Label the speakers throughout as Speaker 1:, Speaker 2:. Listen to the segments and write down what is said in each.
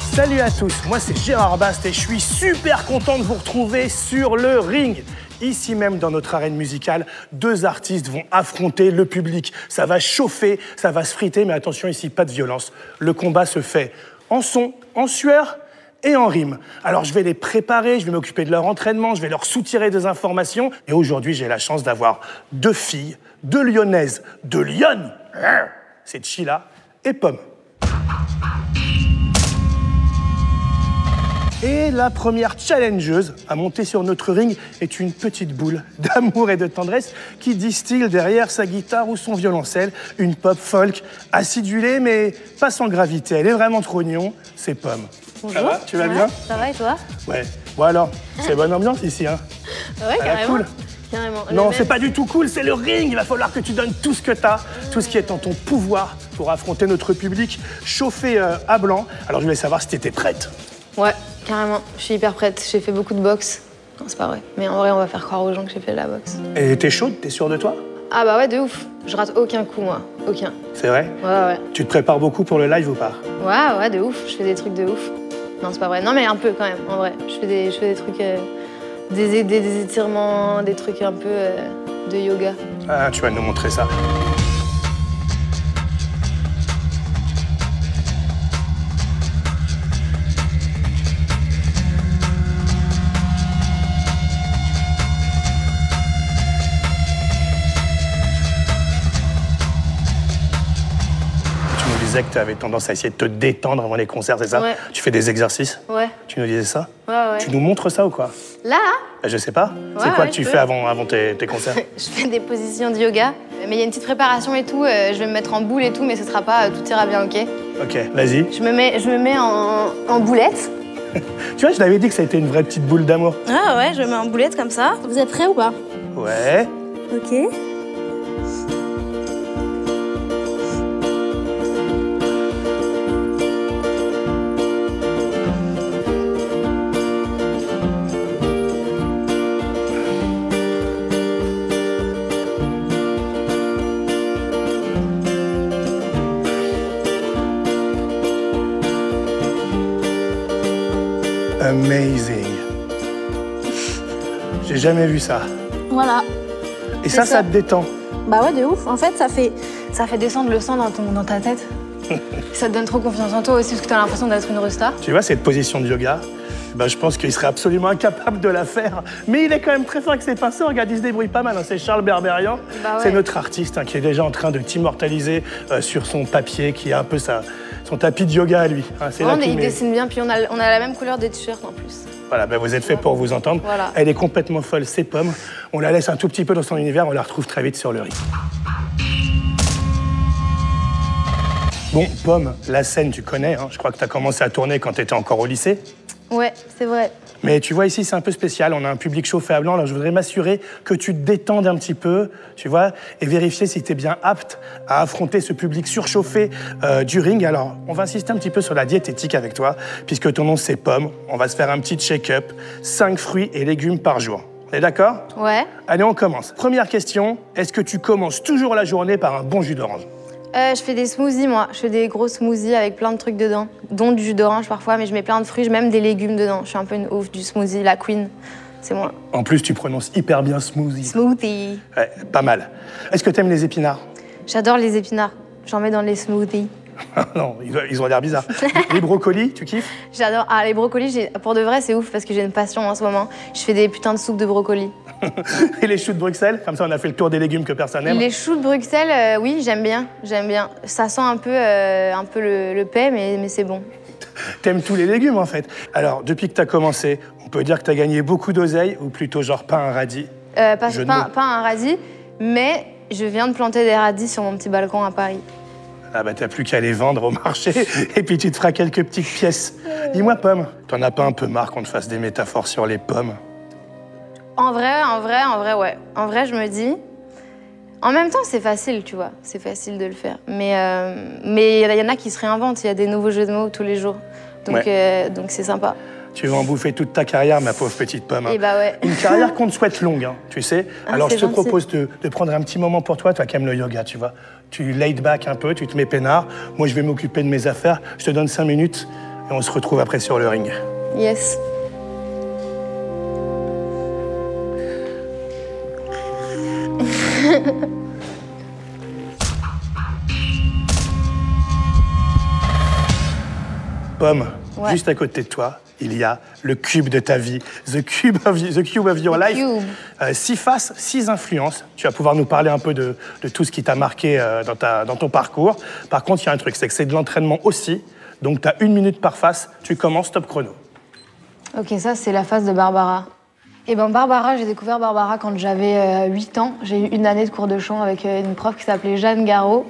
Speaker 1: Salut à tous, moi c'est Gérard Bast et je suis super content de vous retrouver sur le ring. Ici même dans notre arène musicale, deux artistes vont affronter le public. Ça va chauffer, ça va se friter, mais attention ici, pas de violence. Le combat se fait en son, en sueur et en rime. Alors je vais les préparer, je vais m'occuper de leur entraînement, je vais leur soutirer des informations. Et aujourd'hui, j'ai la chance d'avoir deux filles, deux lyonnaises, deux lyonnes. C'est Chila et Pomme. Et la première challengeuse à monter sur notre ring est une petite boule d'amour et de tendresse qui distille derrière sa guitare ou son violoncelle une pop folk acidulée mais pas sans gravité. Elle est vraiment trop mignon, c'est Pomme.
Speaker 2: Bonjour.
Speaker 1: Ça va Tu vas bien
Speaker 2: Ça va et toi
Speaker 1: Ouais. Bon alors, c'est bonne ambiance ici, hein
Speaker 2: Ouais,
Speaker 1: Ah, carrément. cool.
Speaker 2: Carrément.
Speaker 1: Non, c'est pas du tout cool, c'est le ring. Il va falloir que tu donnes tout ce que t'as, tout ce qui est en ton pouvoir pour affronter notre public chauffé euh, à blanc. Alors je voulais savoir si t'étais prête.
Speaker 2: Ouais, carrément. Je suis hyper prête. J'ai fait beaucoup de boxe. Non, c'est pas vrai. Mais en vrai, on va faire croire aux gens que j'ai fait de la boxe.
Speaker 1: Et t'es chaude, t'es sûre de toi
Speaker 2: Ah bah ouais, de ouf. Je rate aucun coup, moi. Aucun.
Speaker 1: C'est vrai
Speaker 2: Ouais, ouais.
Speaker 1: Tu te prépares beaucoup pour le live ou pas
Speaker 2: Ouais, ouais, de ouf. Je fais des trucs de ouf. Non, c'est pas vrai. Non, mais un peu quand même, en vrai. Je fais des, je fais des trucs. euh, des, des, des étirements, des trucs un peu euh, de yoga.
Speaker 1: Ah, tu vas nous montrer ça. Tu nous disais que tu avais tendance à essayer de te détendre avant les concerts, c'est ça
Speaker 2: Ouais.
Speaker 1: Tu fais des exercices
Speaker 2: Ouais,
Speaker 1: Tu nous disais ça
Speaker 2: ouais, ouais.
Speaker 1: Tu nous montres ça ou quoi
Speaker 2: Là, là,
Speaker 1: Bah, Je sais pas. c'est
Speaker 2: Ouais,
Speaker 1: quoi
Speaker 2: ouais,
Speaker 1: que
Speaker 2: je
Speaker 1: tu
Speaker 2: peux.
Speaker 1: fais avant, avant tes, tes concerts
Speaker 2: Je fais des positions de yoga, mais il y a une petite préparation et tout. euh, je vais me mettre en boule et tout, mais ce sera pas euh, tout ira bien, ok
Speaker 1: Ok, vas-y.
Speaker 2: Je me mets, je me mets en, en boulette.
Speaker 1: Tu vois, je t'avais dit que ça a été une vraie petite boule d'amour.
Speaker 2: Ah ouais, je me mets en boulette comme ça.
Speaker 3: Vous êtes prêts ou pas
Speaker 1: Ouais.
Speaker 3: Ok.
Speaker 1: Amazing. J'ai jamais vu ça.
Speaker 3: Voilà.
Speaker 1: Et ça, ça,
Speaker 3: ça.
Speaker 1: te détend.
Speaker 3: Bah ouais, de ouf. En fait, ça fait.
Speaker 2: Ça fait descendre le sang dans, ton, dans ta tête. ça te donne trop confiance en toi aussi, parce que t'as l'impression d'être une resta.
Speaker 1: Tu vois, cette position de yoga, ben, je pense qu'il serait absolument incapable de la faire. Mais il est quand même très fin avec ses pinceaux. Regarde, il se débrouille pas mal. hein. C'est Charles Berberian.
Speaker 2: Bah ouais.
Speaker 1: C'est notre artiste hein, qui est déjà en train de t'immortaliser euh, sur son papier, qui est un peu sa, son tapis de yoga à lui. hein. C'est là
Speaker 2: Vraiment,
Speaker 1: qu'il
Speaker 2: Oh, il
Speaker 1: met-
Speaker 2: dessine bien, puis on a, on a la même couleur des t-shirts en plus.
Speaker 1: Voilà, ben, vous êtes fait pour vous entendre.
Speaker 2: Voilà.
Speaker 1: Elle est complètement folle, c'est pommes. On la laisse un tout petit peu dans son univers, on la retrouve très vite sur le riz. Bon, Pomme, la scène, tu connais, hein. je crois que tu as commencé à tourner quand tu étais encore au lycée.
Speaker 2: Ouais, c'est vrai.
Speaker 1: Mais tu vois, ici, c'est un peu spécial. On a un public chauffé à blanc, alors je voudrais m'assurer que tu te détendes un petit peu, tu vois, et vérifier si tu es bien apte à affronter ce public surchauffé euh, du ring. Alors, on va insister un petit peu sur la diététique avec toi, puisque ton nom, c'est Pomme. On va se faire un petit check-up 5 fruits et légumes par jour. On est d'accord
Speaker 2: Ouais.
Speaker 1: Allez, on commence. Première question est-ce que tu commences toujours la journée par un bon jus d'orange
Speaker 2: Euh, je fais des smoothies, moi. Je fais des gros smoothies avec plein de trucs dedans, dont du jus d'orange parfois, mais je mets plein de fruits, même des légumes dedans. Je suis un peu une ouf du smoothie, la queen. C'est moi.
Speaker 1: En plus, tu prononces hyper bien smoothie.
Speaker 2: Smoothie.
Speaker 1: Ouais, pas mal. Est-ce que t'aimes les épinards
Speaker 2: J'adore les épinards. J'en mets dans les smoothies.
Speaker 1: Non, ils ils ont l'air bizarres. les brocolis, tu kiffes
Speaker 2: J'adore. Ah, les brocolis, j'ai- pour de vrai, c'est ouf parce que j'ai une passion en ce moment. Je fais des putains de soupes de brocolis.
Speaker 1: Ah, Et les choux de Bruxelles, comme ça on a fait le tour des légumes que personne n'aime.
Speaker 2: Les choux de Bruxelles, euh, oui, j'aime bien. J'aime bien. Ça sent un peu, euh, un peu le, le paix, mais, mais c'est bon.
Speaker 1: T'aimes tous les légumes en fait. Alors depuis que t'as commencé, on peut dire que t'as gagné beaucoup d'oseille, ou plutôt genre pas un radis.
Speaker 2: Euh, pas,
Speaker 1: Jeu de
Speaker 2: pas-
Speaker 1: mots.
Speaker 2: pas un radis, mais je viens de planter des radis sur mon petit balcon à Paris.
Speaker 1: Ah bah t'as plus qu'à les vendre au marché, et puis tu te feras quelques petites pièces. Dis-moi pomme, t'en as pas un peu marre qu'on te fasse des métaphores sur les pommes
Speaker 2: En vrai, en vrai, en vrai, ouais. En vrai, je me dis. En même temps, c'est facile, tu vois. C'est facile de le faire. Mais euh, mais il y en a qui se réinventent. Il y a des nouveaux jeux de mots tous les jours. Donc euh, donc c'est sympa.
Speaker 1: Tu vas en bouffer toute ta carrière, ma pauvre petite pomme. hein.
Speaker 2: Et bah ouais.
Speaker 1: Une carrière qu'on te souhaite longue, hein, tu sais.
Speaker 2: Ah,
Speaker 1: Alors je
Speaker 2: c'est
Speaker 1: te
Speaker 2: gentil.
Speaker 1: propose de, de prendre un petit moment pour toi, toi qui aimes le yoga, tu vois. Tu laid back un peu, tu te mets peinard. Moi je vais m'occuper de mes affaires. Je te donne cinq minutes. et on se retrouve après sur le ring.
Speaker 2: Yes.
Speaker 1: Pomme,
Speaker 2: Ouais.
Speaker 1: juste à côté de toi, il y a le cube de ta vie, the cube of, the cube of your life.
Speaker 2: cube.
Speaker 1: Euh, six faces, six influences. Tu vas pouvoir nous parler un peu de, de tout ce qui t'a marqué euh, dans, ta- dans ton parcours. Par contre, il y a un truc, c'est que c'est de l'entraînement aussi. Donc, tu as une minute par face. Tu commences top chrono.
Speaker 2: Ok, ça, c'est la phase de Barbara. Et ben Barbara, j'ai découvert Barbara quand j'avais euh, 8 ans. J'ai eu une année de cours de chant avec euh, une prof qui s'appelait Jeanne Garot.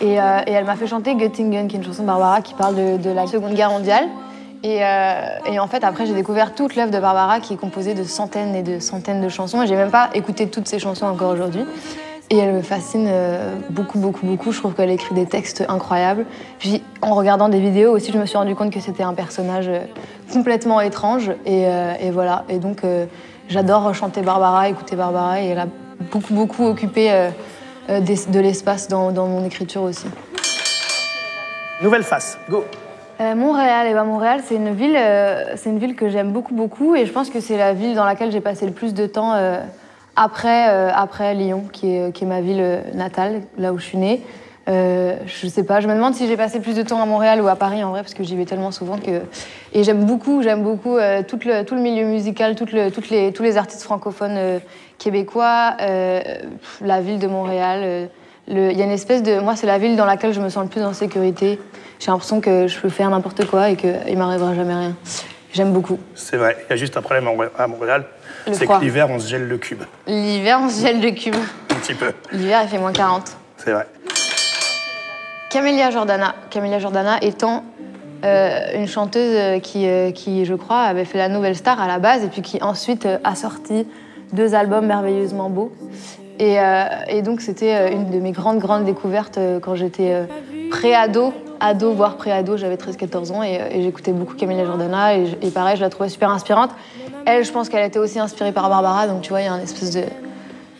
Speaker 2: Et, euh, et elle m'a fait chanter Göttingen, qui est une chanson de Barbara qui parle de, de la Seconde Guerre mondiale. Et, euh, et en fait, après, j'ai découvert toute l'œuvre de Barbara qui est composée de centaines et de centaines de chansons. Et j'ai même pas écouté toutes ces chansons encore aujourd'hui. Et elle me fascine euh, beaucoup, beaucoup, beaucoup. Je trouve qu'elle écrit des textes incroyables. Puis en regardant des vidéos aussi, je me suis rendu compte que c'était un personnage euh, complètement étrange. Et, euh, et voilà. Et donc, euh, j'adore chanter Barbara, écouter Barbara. Et elle a beaucoup, beaucoup occupé euh, euh, des- de l'espace dans, dans mon écriture aussi.
Speaker 1: Nouvelle face, go.
Speaker 2: Euh, Montréal, eh ben, Montréal, c'est une ville, euh, c'est une ville que j'aime beaucoup beaucoup et je pense que c'est la ville dans laquelle j'ai passé le plus de temps euh, après euh, après Lyon, qui est qui est ma ville euh, natale, là où je suis née. Euh, je sais pas, je me demande si j'ai passé plus de temps à Montréal ou à Paris en vrai parce que j'y vais tellement souvent que et j'aime beaucoup, j'aime beaucoup euh, tout le tout le milieu musical, tout le toutes les tous les artistes francophones euh, québécois, euh, pff, la ville de Montréal. euh, le- Il y a une espèce de. Moi, c'est la ville dans laquelle je me sens le plus en sécurité. J'ai l'impression que je peux faire n'importe quoi et qu'il m'arrivera jamais rien. J'aime beaucoup.
Speaker 1: C'est vrai, il y a juste un problème à Mont- à Montréal.
Speaker 2: Le
Speaker 1: C'est
Speaker 2: froid.
Speaker 1: que l'hiver, on se gèle le cube.
Speaker 2: L'hiver, on se gèle de cube.
Speaker 1: Un petit peu.
Speaker 2: L'hiver, il fait moins 40.
Speaker 1: C'est vrai.
Speaker 2: Camélia Jordana. Camélia Jordana étant euh, une chanteuse euh, qui, euh, qui, je crois, avait fait la nouvelle star à la base et puis qui ensuite euh, a sorti deux albums merveilleusement beaux. Et, euh, et donc, c'était euh, une de mes grandes, grandes découvertes euh, quand j'étais euh, pré-ado, ado, voire pré-ado, j'avais 13-14 ans et, euh, et j'écoutais beaucoup Camélia Jordana et, je- et pareil, je la trouvais super inspirante. Elle, je pense qu'elle était aussi inspirée par Barbara, donc tu vois, il y a un espèce de,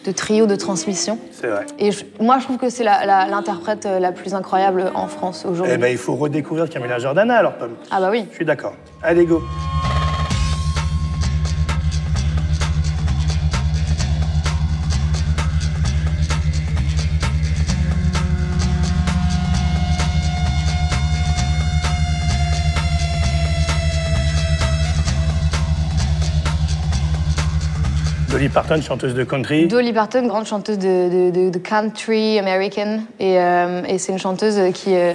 Speaker 2: de trio de transmission.
Speaker 1: C'est vrai.
Speaker 2: Et je- moi, je trouve que c'est la- la- l'interprète euh, la, plus incroyable en France aujourd'hui.
Speaker 1: Eh ben, il faut redécouvrir Camilla Jordana, alors, Pomme.
Speaker 2: Ah bah oui.
Speaker 1: Je suis d'accord. Allez, go. Dolly Parton, chanteuse de country.
Speaker 2: Dolly Parton, grande chanteuse de, de- de- de country american, et, euh, et c'est une chanteuse qui, euh,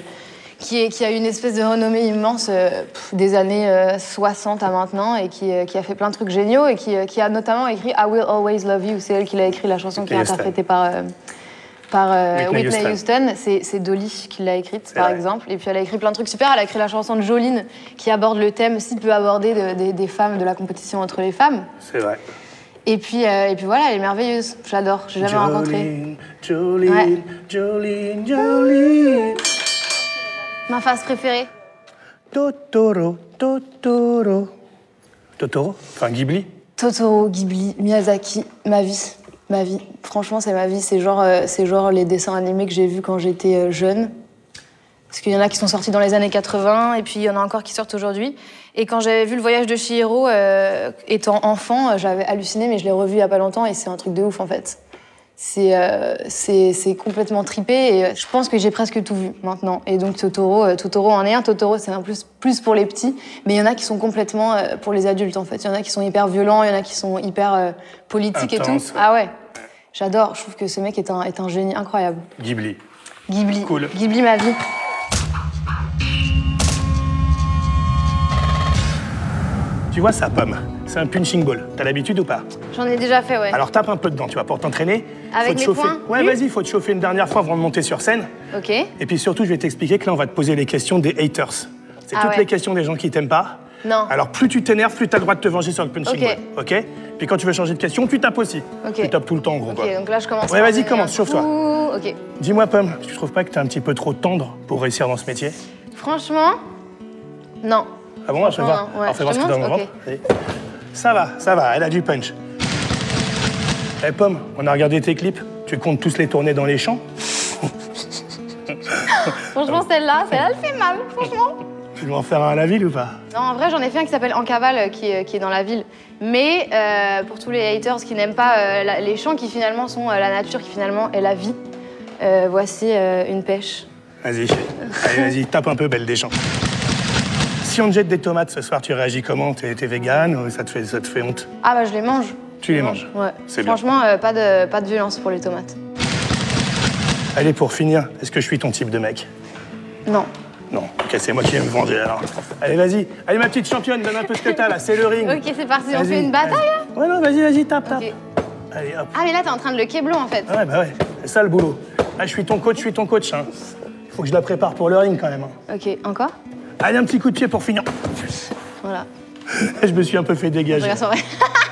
Speaker 2: qui, est- qui a eu une espèce de renommée immense euh, pff, des années euh, 60 à maintenant, et qui, euh, qui a fait plein de trucs géniaux, et qui, euh, qui a notamment écrit I Will Always Love You, c'est elle qui l'a écrit, la chanson qui est
Speaker 1: Whitney Houston.
Speaker 2: interprétée par, euh, par euh,
Speaker 1: Whitney
Speaker 2: Whitney,
Speaker 1: Houston.
Speaker 2: Houston. Houston, c'est c'est Dolly qui l'a écrite,
Speaker 1: C'est
Speaker 2: par
Speaker 1: vrai.
Speaker 2: exemple. Et puis elle a écrit plein de trucs super. Elle a écrit la chanson de Jolene, qui aborde le thème, si peu abordé, de- des- des femmes, de la compétition entre les femmes.
Speaker 1: C'est vrai.
Speaker 2: Et puis, euh, et puis voilà, elle est merveilleuse. Je l'adore, je l'ai jamais rencontrée.
Speaker 1: Jolene, Jolene,
Speaker 2: Ouais.
Speaker 1: Jolene, Jolene.
Speaker 2: Ma phase préférée
Speaker 1: Totoro, Totoro. Totoro Enfin, Ghibli
Speaker 2: Totoro, Ghibli, Miyazaki, ma vie. Ma vie. Franchement, c'est ma vie. C'est genre, euh, c'est genre les dessins animés que j'ai vus quand j'étais euh, jeune. Parce qu'il y en a qui sont sortis dans les années 80, et puis il y en a encore qui sortent aujourd'hui. Et quand j'avais vu le voyage de Chihiro, euh, étant enfant, euh, j'avais halluciné, mais je l'ai revu il y a pas longtemps, et c'est un truc de ouf en fait. C'est euh, c'est- c'est complètement tripé, et euh, je pense que j'ai presque tout vu maintenant. Et donc Totoro, euh, Totoro en est un, Totoro c'est un plus, plus pour les petits, mais il y en a qui sont complètement euh, pour les adultes en fait. Il y en a qui sont hyper violents, il y en a qui sont hyper euh, politiques
Speaker 1: Intense,
Speaker 2: et
Speaker 1: ouais.
Speaker 2: tout. Ah ouais, j'adore, je trouve que ce mec est un, est un génie incroyable.
Speaker 1: Ghibli.
Speaker 2: Ghibli.
Speaker 1: Cool.
Speaker 2: Ghibli ma vie.
Speaker 1: Tu vois sa pomme C'est un punching ball. T'as l'habitude ou pas
Speaker 2: J'en ai déjà fait, ouais.
Speaker 1: Alors tape un peu dedans, tu vois, pour t'entraîner.
Speaker 2: Avec
Speaker 1: Faut te
Speaker 2: les
Speaker 1: chauffer.
Speaker 2: poings
Speaker 1: Ouais,
Speaker 2: Plus
Speaker 1: vas-y, faut te chauffer une dernière fois avant de monter sur scène.
Speaker 2: ok.
Speaker 1: Et puis surtout, je vais t'expliquer que là, on va te poser les questions des haters. C'est
Speaker 2: Ah
Speaker 1: toutes
Speaker 2: ouais.
Speaker 1: les questions des gens qui t'aiment pas.
Speaker 2: Non.
Speaker 1: Alors plus tu t'énerves, plus t'as le droit de te venger sur le punching
Speaker 2: Ok.
Speaker 1: ball. Ok Puis quand tu veux changer de question, tu tapes aussi.
Speaker 2: Ok.
Speaker 1: Tu tapes tout le temps, en gros.
Speaker 2: Ok,
Speaker 1: quoi.
Speaker 2: donc là je commence.
Speaker 1: Ouais,
Speaker 2: par
Speaker 1: vas-y,
Speaker 2: donner
Speaker 1: commence,
Speaker 2: un
Speaker 1: chauffe-toi.
Speaker 2: coup. Ok.
Speaker 1: Dis-moi, Pomme, tu trouves pas que t'es un petit peu trop tendre pour réussir dans ce métier
Speaker 2: Franchement, non.
Speaker 1: Ah bon, je vais
Speaker 2: Franchement,
Speaker 1: voir.
Speaker 2: non, ouais.
Speaker 1: Alors, fais voir
Speaker 2: Je
Speaker 1: ce que t'as dans
Speaker 2: te
Speaker 1: le ventre.
Speaker 2: montre
Speaker 1: Vas-y. Ça va, ça va, elle a du punch. Eh Pomme, on a regardé tes clips. Tu comptes tous les tourner dans les champs
Speaker 2: Franchement, celle-là, celle-là, elle fait mal, franchement.
Speaker 1: Tu veux en faire un à la ville ou pas
Speaker 2: Non, en vrai, j'en ai fait un qui s'appelle En Cavale, euh, qui, euh, qui est dans la ville. Mais euh, pour tous les haters qui n'aiment pas euh, la- les champs, qui finalement sont euh, la nature, qui finalement est la vie, euh, voici euh, une pêche.
Speaker 1: Vas-y. Allez, vas-y, tape un peu belle des gens. Si on te jette des tomates ce soir, tu réagis comment T'es t'es végane ou ça te, fait, ça te fait honte
Speaker 2: Ah bah je les mange.
Speaker 1: Tu les manges
Speaker 2: Ouais.
Speaker 1: C'est bien.
Speaker 2: Franchement, euh, pas, de, pas de violence pour les tomates.
Speaker 1: Allez, pour finir, est-ce que je suis ton type de mec
Speaker 2: Non.
Speaker 1: Non, ok, c'est moi qui vais me vendre alors. Allez, vas-y. Allez, ma petite championne, donne un peu ce que t'as là, c'est le ring.
Speaker 2: Ok, c'est parti, on
Speaker 1: Vas-y,
Speaker 2: fait une bataille là
Speaker 1: vas-y. Ouais, non, vas-y, vas-y, tape, tape.
Speaker 2: Ok.
Speaker 1: Allez, hop.
Speaker 2: Ah mais là, t'es en train de le keblo en fait.
Speaker 1: Ah Ouais, bah ouais, c'est ça le boulot. Ah, je suis ton coach, je suis ton coach. Hein. Faut que je la prépare pour le ring quand même. hein.
Speaker 2: Ok, encore
Speaker 1: Allez, un petit coup de pied pour finir.
Speaker 2: Voilà.
Speaker 1: Je me suis un peu fait
Speaker 2: Je
Speaker 1: dégager.
Speaker 2: regarde sur-